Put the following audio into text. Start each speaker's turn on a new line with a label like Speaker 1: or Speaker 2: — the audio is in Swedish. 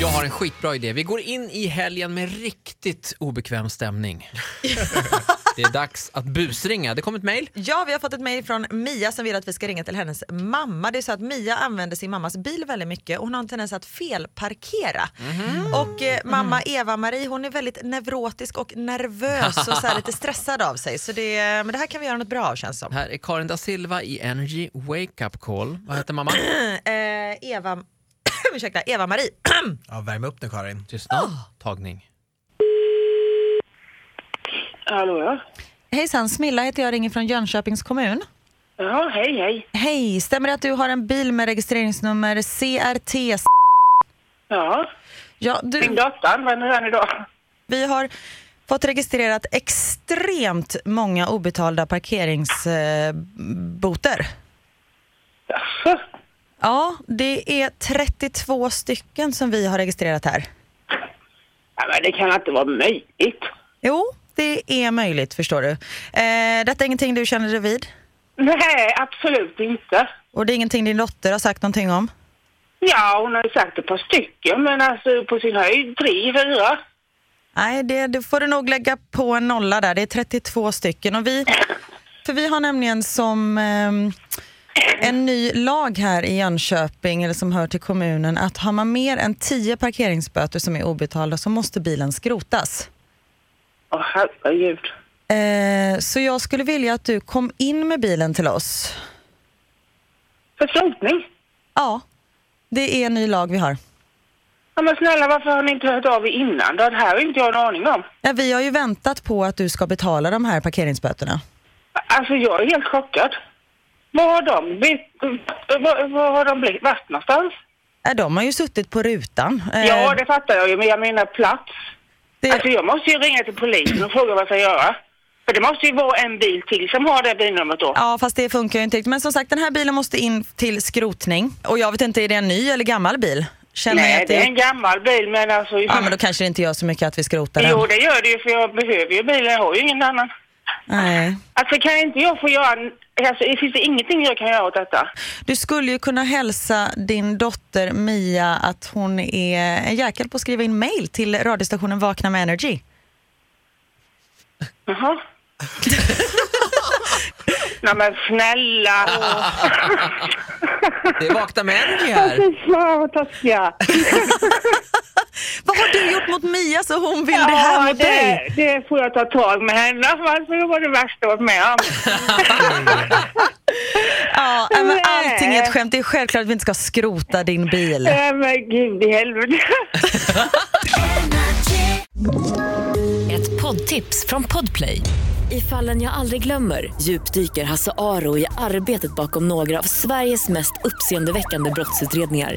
Speaker 1: Jag har en skitbra idé. Vi går in i helgen med riktigt obekväm stämning. det är dags att busringa. Det kom ett mejl.
Speaker 2: Ja, vi har fått ett mejl från Mia som vill att vi ska ringa till hennes mamma. Det är så att Mia använder sin mammas bil väldigt mycket och hon har en tendens att felparkera. Och eh, mamma Eva-Marie hon är väldigt nevrotisk och nervös och så här lite stressad av sig. Så det, eh, men det här kan vi göra något bra av känns som.
Speaker 1: Här är Karin da Silva i Energy Wake Up Call. Vad heter mamma?
Speaker 2: Eh, Eva... Ursäkta, Eva-Marie.
Speaker 3: Ja, värm upp nu Karin.
Speaker 1: Tystnad. Tagning.
Speaker 4: Hallå ja.
Speaker 2: Hejsan, Smilla heter jag ringer från Jönköpings kommun.
Speaker 4: Ja, hej hej.
Speaker 2: Hej, stämmer det att du har en bil med registreringsnummer CRT?
Speaker 4: Ja,
Speaker 2: Ja,
Speaker 4: min
Speaker 2: du,
Speaker 4: dotter använder den idag.
Speaker 2: vi har fått registrerat extremt många obetalda parkeringsboter.
Speaker 4: Jaså?
Speaker 2: Ja, det är 32 stycken som vi har registrerat här.
Speaker 4: Ja, men det kan inte vara möjligt.
Speaker 2: Jo, det är möjligt förstår du. Eh, detta är ingenting du känner dig vid
Speaker 4: Nej, absolut inte.
Speaker 2: och det är ingenting din dotter har sagt någonting om.
Speaker 4: Ja, hon har ju sagt ett par stycken, men alltså på sin höjd tre, fyra.
Speaker 2: Nej, det, det får du nog lägga på en nolla där. Det är 32 stycken. Och vi, för vi har nämligen som ehm, en ny lag här i Jönköping, eller som hör till kommunen, att har man mer än 10 parkeringsböter som är obetalda så måste bilen skrotas.
Speaker 4: Åh, herregud.
Speaker 2: Eh, så jag skulle vilja att du kom in med bilen till oss.
Speaker 4: Förslutning?
Speaker 2: Ja, det är en ny lag vi har.
Speaker 4: Ja, men snälla, varför har ni inte hört av er innan då? Det här har inte jag en aning om.
Speaker 2: Ja, vi har ju väntat på att du ska betala de här parkeringsböterna.
Speaker 4: Alltså, jag är helt chockad. Vad har de blivit? Vad, vad har de blivit? Vart någonstans?
Speaker 2: Eh, De har ju suttit på rutan. Eh,
Speaker 4: Ja, det fattar jag ju, men jag menar plats.
Speaker 2: det-
Speaker 4: Alltså jag måste ju ringa till polisen och fråga vad jag ska göra. För det måste ju vara en bil till som har det bilnumret då.
Speaker 2: Ja, fast det funkar ju inte riktigt. Men som sagt, den här bilen måste in till skrotning. Och jag vet inte, är det en ny eller gammal bil? Känner jag
Speaker 4: Nej,
Speaker 2: att
Speaker 4: det är en gammal bil men alltså...
Speaker 2: Ja, men då kanske det inte gör så mycket att vi skrotar den.
Speaker 4: Jo, det gör det ju för jag behöver ju bilen, jag har ju ingen annan.
Speaker 2: Nej.
Speaker 4: Alltså kan inte jag få göra... en- Alltså finns det ingenting jag kan göra åt detta?
Speaker 2: Du skulle ju kunna hälsa din dotter Mia att hon är en jäkel på att skriva in mail till radiostationen Vakna med Energy.
Speaker 4: Jaha. Nej men snälla!
Speaker 2: Ah,
Speaker 1: Det är Vakna med Energy här.
Speaker 4: Fy fan vad taskiga!
Speaker 2: Vad har du gjort mot Mia så hon vill det här
Speaker 4: Ja,
Speaker 2: mot dig?
Speaker 4: det, det får jag ta tag med henne för det var det värsta jag varit med om.
Speaker 2: Ja, nej, men
Speaker 4: Nej.
Speaker 2: allting är ett skämt. Det är självklart att vi inte ska skrota din bil.
Speaker 4: Nej men gud i helvete.
Speaker 5: Ett poddtips från Podplay. I fallen jag aldrig glömmer djupdyker Hasse Aro i arbetet bakom några av Sveriges mest uppseendeväckande brottsutredningar.